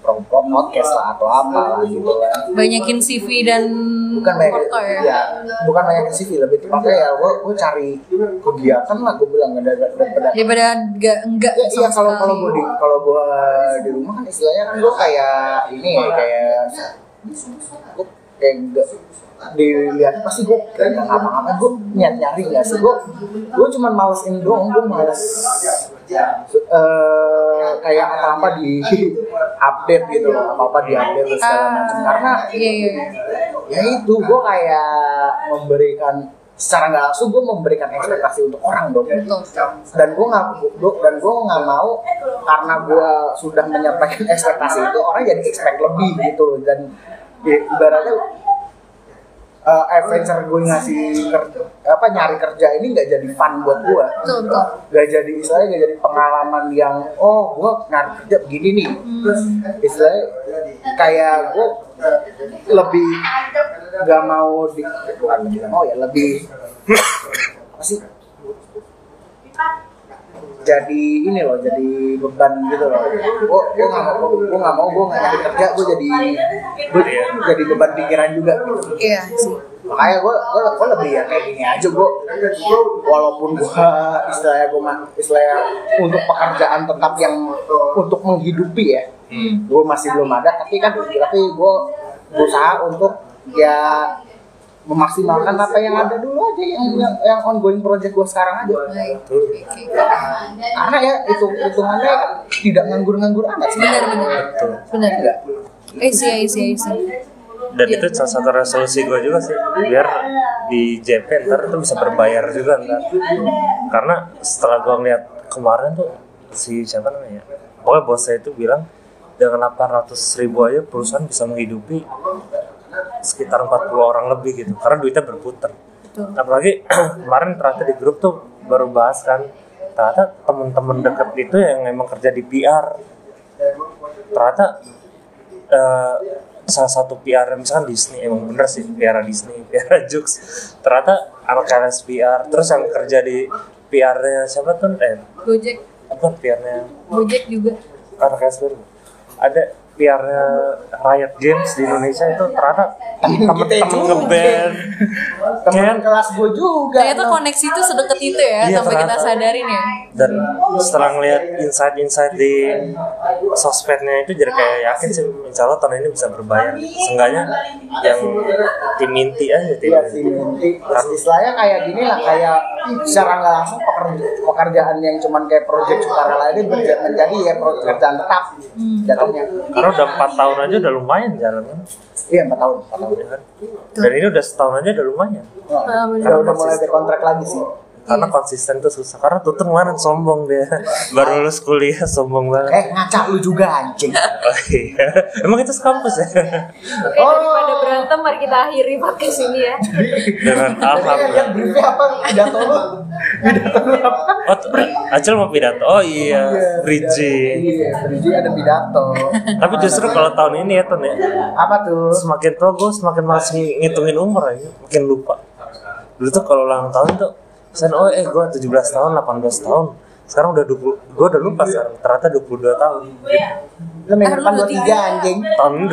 Speaker 2: program podcast lah atau apa lah gitu lah
Speaker 3: banyakin CV dan
Speaker 2: bukan banyak
Speaker 3: foto
Speaker 2: ya.
Speaker 3: ya.
Speaker 2: bukan banyak CV lebih tepatnya ya gue gue cari kegiatan lah gue bilang ada daripada
Speaker 3: daripada enggak enggak
Speaker 2: Ya, iya kalau
Speaker 3: sama
Speaker 2: kalau
Speaker 3: sekali.
Speaker 2: gue di kalau gue di rumah kan istilahnya kan gue kayak ini ya, kayak gue kayak nggak dilihat pasti gue kayak nggak ngapa-ngapain gue nyari nyari nggak sih gue gue cuma malesin doang gue males eh kayak apa apa di update gitu loh apa apa di update dan segala macam karena
Speaker 3: Ah, iya, iya.
Speaker 2: ya itu gue kayak memberikan secara nggak langsung gue memberikan ekspektasi untuk orang dong
Speaker 3: Betul.
Speaker 2: dan gue nggak dan gue nggak mau karena gue sudah menyampaikan ekspektasi itu orang jadi expect lebih gitu loh dan i- ibaratnya uh, adventure gue ngasih ker- apa nyari kerja ini nggak jadi fun buat gue
Speaker 3: Betul, betul.
Speaker 2: nggak jadi istilahnya nggak jadi pengalaman yang oh gue nyari kerja begini nih
Speaker 3: Hmm.
Speaker 2: istilahnya kayak gue lebih nggak mau di bukan nggak mau ya lebih apa sih jadi ini loh jadi beban gitu loh gue gue nggak mau gue nggak mau gue nggak nyari kerja gue jadi gue jadi beban pikiran juga gitu
Speaker 3: Iya sih.
Speaker 2: makanya gue gue gue lebih ya kayak gini aja gue walaupun gue istilahnya gue ma- istilahnya untuk pekerjaan tetap yang untuk menghidupi ya gue masih belum ada tapi kan tapi gue berusaha untuk ya memaksimalkan apa yang ada dulu aja yang yang, yang ongoing project gue sekarang aja
Speaker 3: Baik.
Speaker 1: gitu.
Speaker 3: Oke, oke.
Speaker 2: karena ya itu hitungannya tidak nganggur-nganggur amat sih
Speaker 3: Benar, benar.
Speaker 1: Betul.
Speaker 3: Benar.
Speaker 2: enggak
Speaker 3: Eh, sih, eh, sih, eh, sih.
Speaker 1: Dan itu salah satu resolusi gue juga sih biar di JP ntar tuh bisa berbayar juga ntar. Karena setelah gue ngeliat kemarin tuh si siapa namanya? ya, Pokoknya bos saya itu bilang dengan 800 ribu aja perusahaan bisa menghidupi sekitar 40 orang lebih gitu karena duitnya berputar
Speaker 3: Betul.
Speaker 1: apalagi kemarin ternyata di grup tuh baru bahas kan ternyata temen-temen deket itu yang emang kerja di PR ternyata eh, salah satu PR misalkan Disney emang bener sih PR Disney PR Jux ternyata anak LS PR terus yang kerja di PR-nya siapa tuh eh
Speaker 3: Gojek,
Speaker 1: apa PR-nya
Speaker 3: Gojek juga.
Speaker 1: anak LS PR ada PR-nya Riot Games di Indonesia itu ternyata temen-temen ngeband
Speaker 2: teman
Speaker 1: Ken.
Speaker 2: kelas gue juga
Speaker 3: Ternyata koneksi itu sedekat itu ya,
Speaker 1: Iya,
Speaker 3: sampai kita
Speaker 1: ternyata.
Speaker 3: sadarin ya.
Speaker 1: dan setelah ngeliat insight-insight di sosmednya itu jadi kayak yakin sih insya Allah tahun ini bisa berbayar seenggaknya yang tim inti aja tim
Speaker 2: Iya sih,
Speaker 1: inti.
Speaker 2: nanti terus istilahnya kayak gini lah, kayak secara nggak langsung pekerja- pekerjaan yang cuman kayak project secara lainnya menja- menjadi ya pekerjaan tetap jatuhnya.
Speaker 1: karena udah empat tahun aja udah lumayan jalan kan
Speaker 2: Iya empat tahun, empat tahun.
Speaker 1: Ya kan? dan ini udah setahun aja udah lumayan
Speaker 2: Oh,
Speaker 3: Ah, bener.
Speaker 2: Kalau udah mulai ada kontrak lagi sih.
Speaker 1: karena
Speaker 3: Iya.
Speaker 1: konsisten tuh susah karena tuh kemarin sombong dia baru lulus kuliah sombong banget
Speaker 2: Eh ngaca lu juga anjing.
Speaker 1: oh, iya. emang itu sekampus ya
Speaker 4: Oke, daripada berantem mari kita akhiri podcast ini ya.
Speaker 1: dengan
Speaker 2: Tapi yang
Speaker 1: alhamdulillah
Speaker 2: briefnya apa? Pidato lu? Pidato lu apa?
Speaker 1: oh tuh, Acil mau pidato oh iya bridging
Speaker 2: Iya, Briji ada pidato.
Speaker 1: tapi justru kalau tahun ini ya tuh ya
Speaker 2: apa tuh?
Speaker 1: semakin tua gue semakin malas ng- ngitungin umur aja makin lupa dulu tuh kalau ulang tahun tuh sen oh eh gue 17 tahun 18 tahun sekarang udah 20 gue udah lupa sekarang ternyata 22 tahun Gitu.
Speaker 2: Lu minggu depan
Speaker 3: Lu
Speaker 2: 23 anjing.
Speaker 1: tahun ini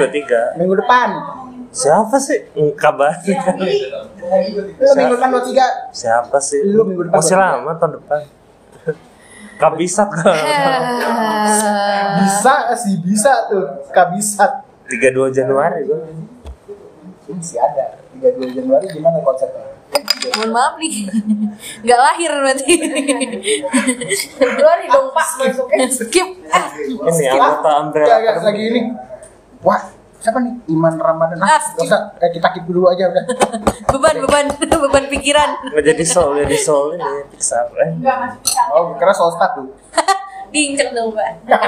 Speaker 1: 23
Speaker 2: Minggu depan.
Speaker 1: siapa sih kabar
Speaker 2: Lu minggu depan 23
Speaker 1: siapa sih
Speaker 2: Lu minggu depan
Speaker 1: masih
Speaker 2: 23.
Speaker 1: lama tahun depan kabisat gue
Speaker 3: Eh,
Speaker 2: bisa sih bisa tuh kabisat
Speaker 1: 32 Januari gue
Speaker 2: ini sih ada 32 Januari gimana konsepnya
Speaker 3: Mohon maaf nih, nggak lahir berarti.
Speaker 4: Februari dong Pak masuknya.
Speaker 3: Skip. Ah,
Speaker 1: ini
Speaker 2: Skip.
Speaker 1: anggota umbrella
Speaker 2: Gak, gak, lagi
Speaker 1: Academy.
Speaker 2: ini wah siapa nih Iman Ramadan ah,
Speaker 3: Ah,
Speaker 2: gak
Speaker 3: skip.
Speaker 2: usah eh, kita keep dulu aja udah
Speaker 3: Beban, beban, beban pikiran.
Speaker 1: nggak jadi soul jadi soul ini Pixar eh
Speaker 2: oh kira soal status
Speaker 3: Diinjek dong, Mbak.
Speaker 1: ah,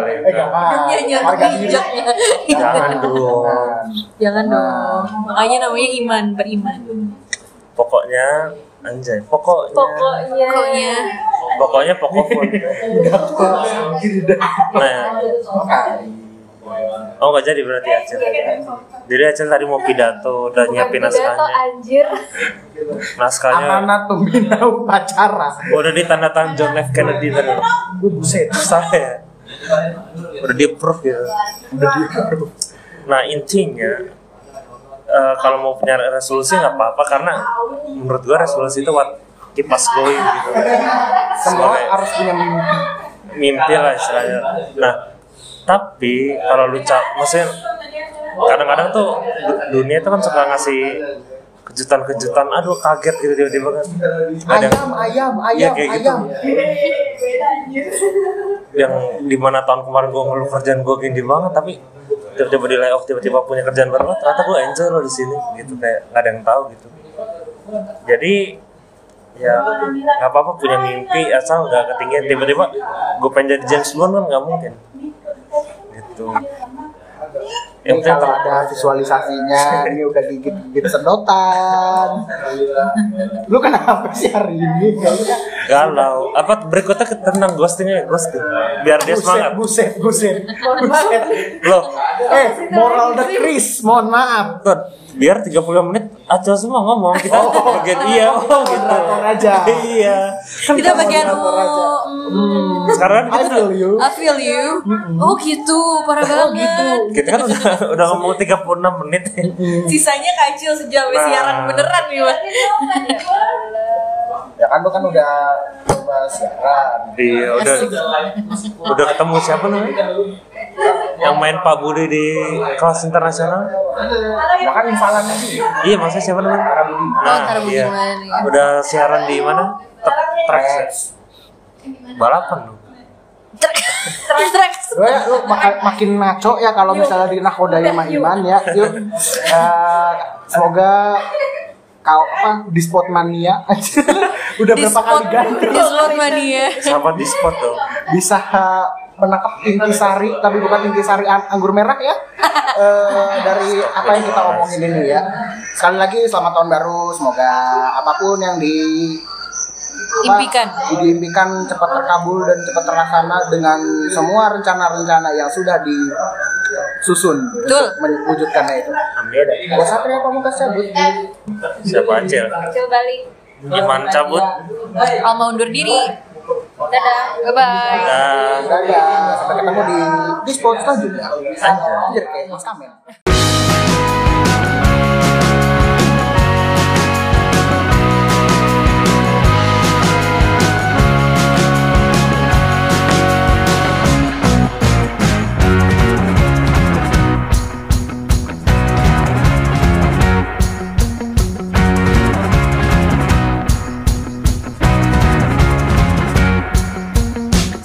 Speaker 2: eh gak
Speaker 1: jangan
Speaker 2: ah,
Speaker 3: Iya, iya,
Speaker 2: warga diri
Speaker 3: diinjek.
Speaker 1: jangan dong
Speaker 3: Jangan dong. Makanya namanya iman, beriman.
Speaker 1: pokoknya anjay pokoknya
Speaker 4: Pokoknya.
Speaker 3: Pokoknya
Speaker 1: pokoknya pokok pun
Speaker 2: Nah. udah tuh
Speaker 1: nah
Speaker 2: makanya
Speaker 1: Oh nggak jadi berarti Acil. Jadi Acil tadi mau pidato udah nyiapin
Speaker 4: pidato
Speaker 1: naskahnya.
Speaker 4: anjir
Speaker 1: Naskahnya
Speaker 2: Amanat pembina upacara.
Speaker 1: udah di tanda tangan John F Kennedy tadi.
Speaker 2: Gue buset.
Speaker 1: Susah ya. Udah di approve gitu.
Speaker 2: Udah di
Speaker 1: Nah intinya eh, kalau mau punya resolusi nggak apa-apa karena menurut gua resolusi itu what keep us going gitu.
Speaker 2: Semua
Speaker 1: Sebagai-
Speaker 2: harus punya mimpi.
Speaker 1: mimpi lah istilahnya. Nah, tapi kalau lu cap, maksudnya kadang-kadang tuh du- dunia itu kan suka ngasih kejutan-kejutan, aduh kaget gitu tiba-tiba kan. Ada
Speaker 2: Ayam, ayam,
Speaker 1: Iya,
Speaker 2: ayam,
Speaker 1: kayak gitu.
Speaker 2: ayam.
Speaker 1: yang dimana tahun kemarin gua ngeluh kerjaan gua gini banget, tapi tiba-tiba di layoff tiba-tiba punya kerjaan baru, "Oh, ternyata gua enjoy loh di sini gitu kayak nggak ada yang tahu gitu. Jadi ya nggak apa-apa punya mimpi asal nggak ketinggian tiba-tiba gue pengen jadi James Bond kan nggak mungkin gitu
Speaker 2: Ini
Speaker 1: penting
Speaker 2: kalau
Speaker 1: ter-
Speaker 2: ada visualisasinya, ini udah gigit-gigit sedotan. Lu kenapa sih hari ini?
Speaker 1: galau apa berikutnya ke- tentang ghostingnya ghosting biar dia semangat
Speaker 2: Buset, buset, buset.
Speaker 1: loh
Speaker 2: Eh, moral the Chris, mohon maaf.
Speaker 1: tuh, biar 30 menit acil semua ngomong kita bagian iya oh gitu
Speaker 2: Laporan aja.
Speaker 1: iya Kan
Speaker 3: Kita bagian
Speaker 2: lapor aja.
Speaker 3: oh, mm,
Speaker 1: sekarang
Speaker 2: I
Speaker 1: kita
Speaker 2: feel you.
Speaker 3: I feel you. Oh gitu, parah
Speaker 2: Oh,
Speaker 3: banget.
Speaker 1: kita kan udah, udah ngomong 36 menit
Speaker 3: Sisanya kecil sejam
Speaker 1: Nah.
Speaker 3: siaran beneran nih, Mas.
Speaker 2: Ya kan lu kan udah coba siaran.
Speaker 1: iya udah udah ketemu siapa namanya yang main Pak Budi di kelas internasional
Speaker 2: Ya kan infalan sih.
Speaker 1: Iya maksudnya siapa namanya? Nah,
Speaker 3: Tara Budi
Speaker 1: iya.
Speaker 3: Gunawan, iya.
Speaker 1: Udah siaran di mana? Tra- Trax. Balapan dong.
Speaker 3: Terus terus.
Speaker 2: Gue lu mak- makin ngaco ya kalau misalnya dinakodai sama Iman ya. Yuk. Eh, semoga kau apa di spot mania udah
Speaker 3: Di
Speaker 2: berapa kali
Speaker 3: spot,
Speaker 2: ganti
Speaker 3: di spot mania.
Speaker 1: Sama di spot dong.
Speaker 2: bisa eh, menangkap intisari tapi bukan intisari an- anggur merah ya Eh, dari apa yang kita omongin ini ya sekali lagi selamat tahun baru semoga apapun yang di apa,
Speaker 3: Impikan.
Speaker 2: diimpikan cepat terkabul dan cepat terlaksana dengan semua rencana-rencana yang sudah disusun
Speaker 3: Betul.
Speaker 2: untuk mewujudkannya itu
Speaker 1: Amin.
Speaker 2: Gua satria pamukas cabut
Speaker 1: Siapa Acil?
Speaker 4: coba balik
Speaker 1: Iman cabut.
Speaker 3: Alma undur diri.
Speaker 4: dadah bye bye
Speaker 1: Dah.
Speaker 2: dadah sampai ketemu di di spot selanjutnya anjir kayak mas Kamel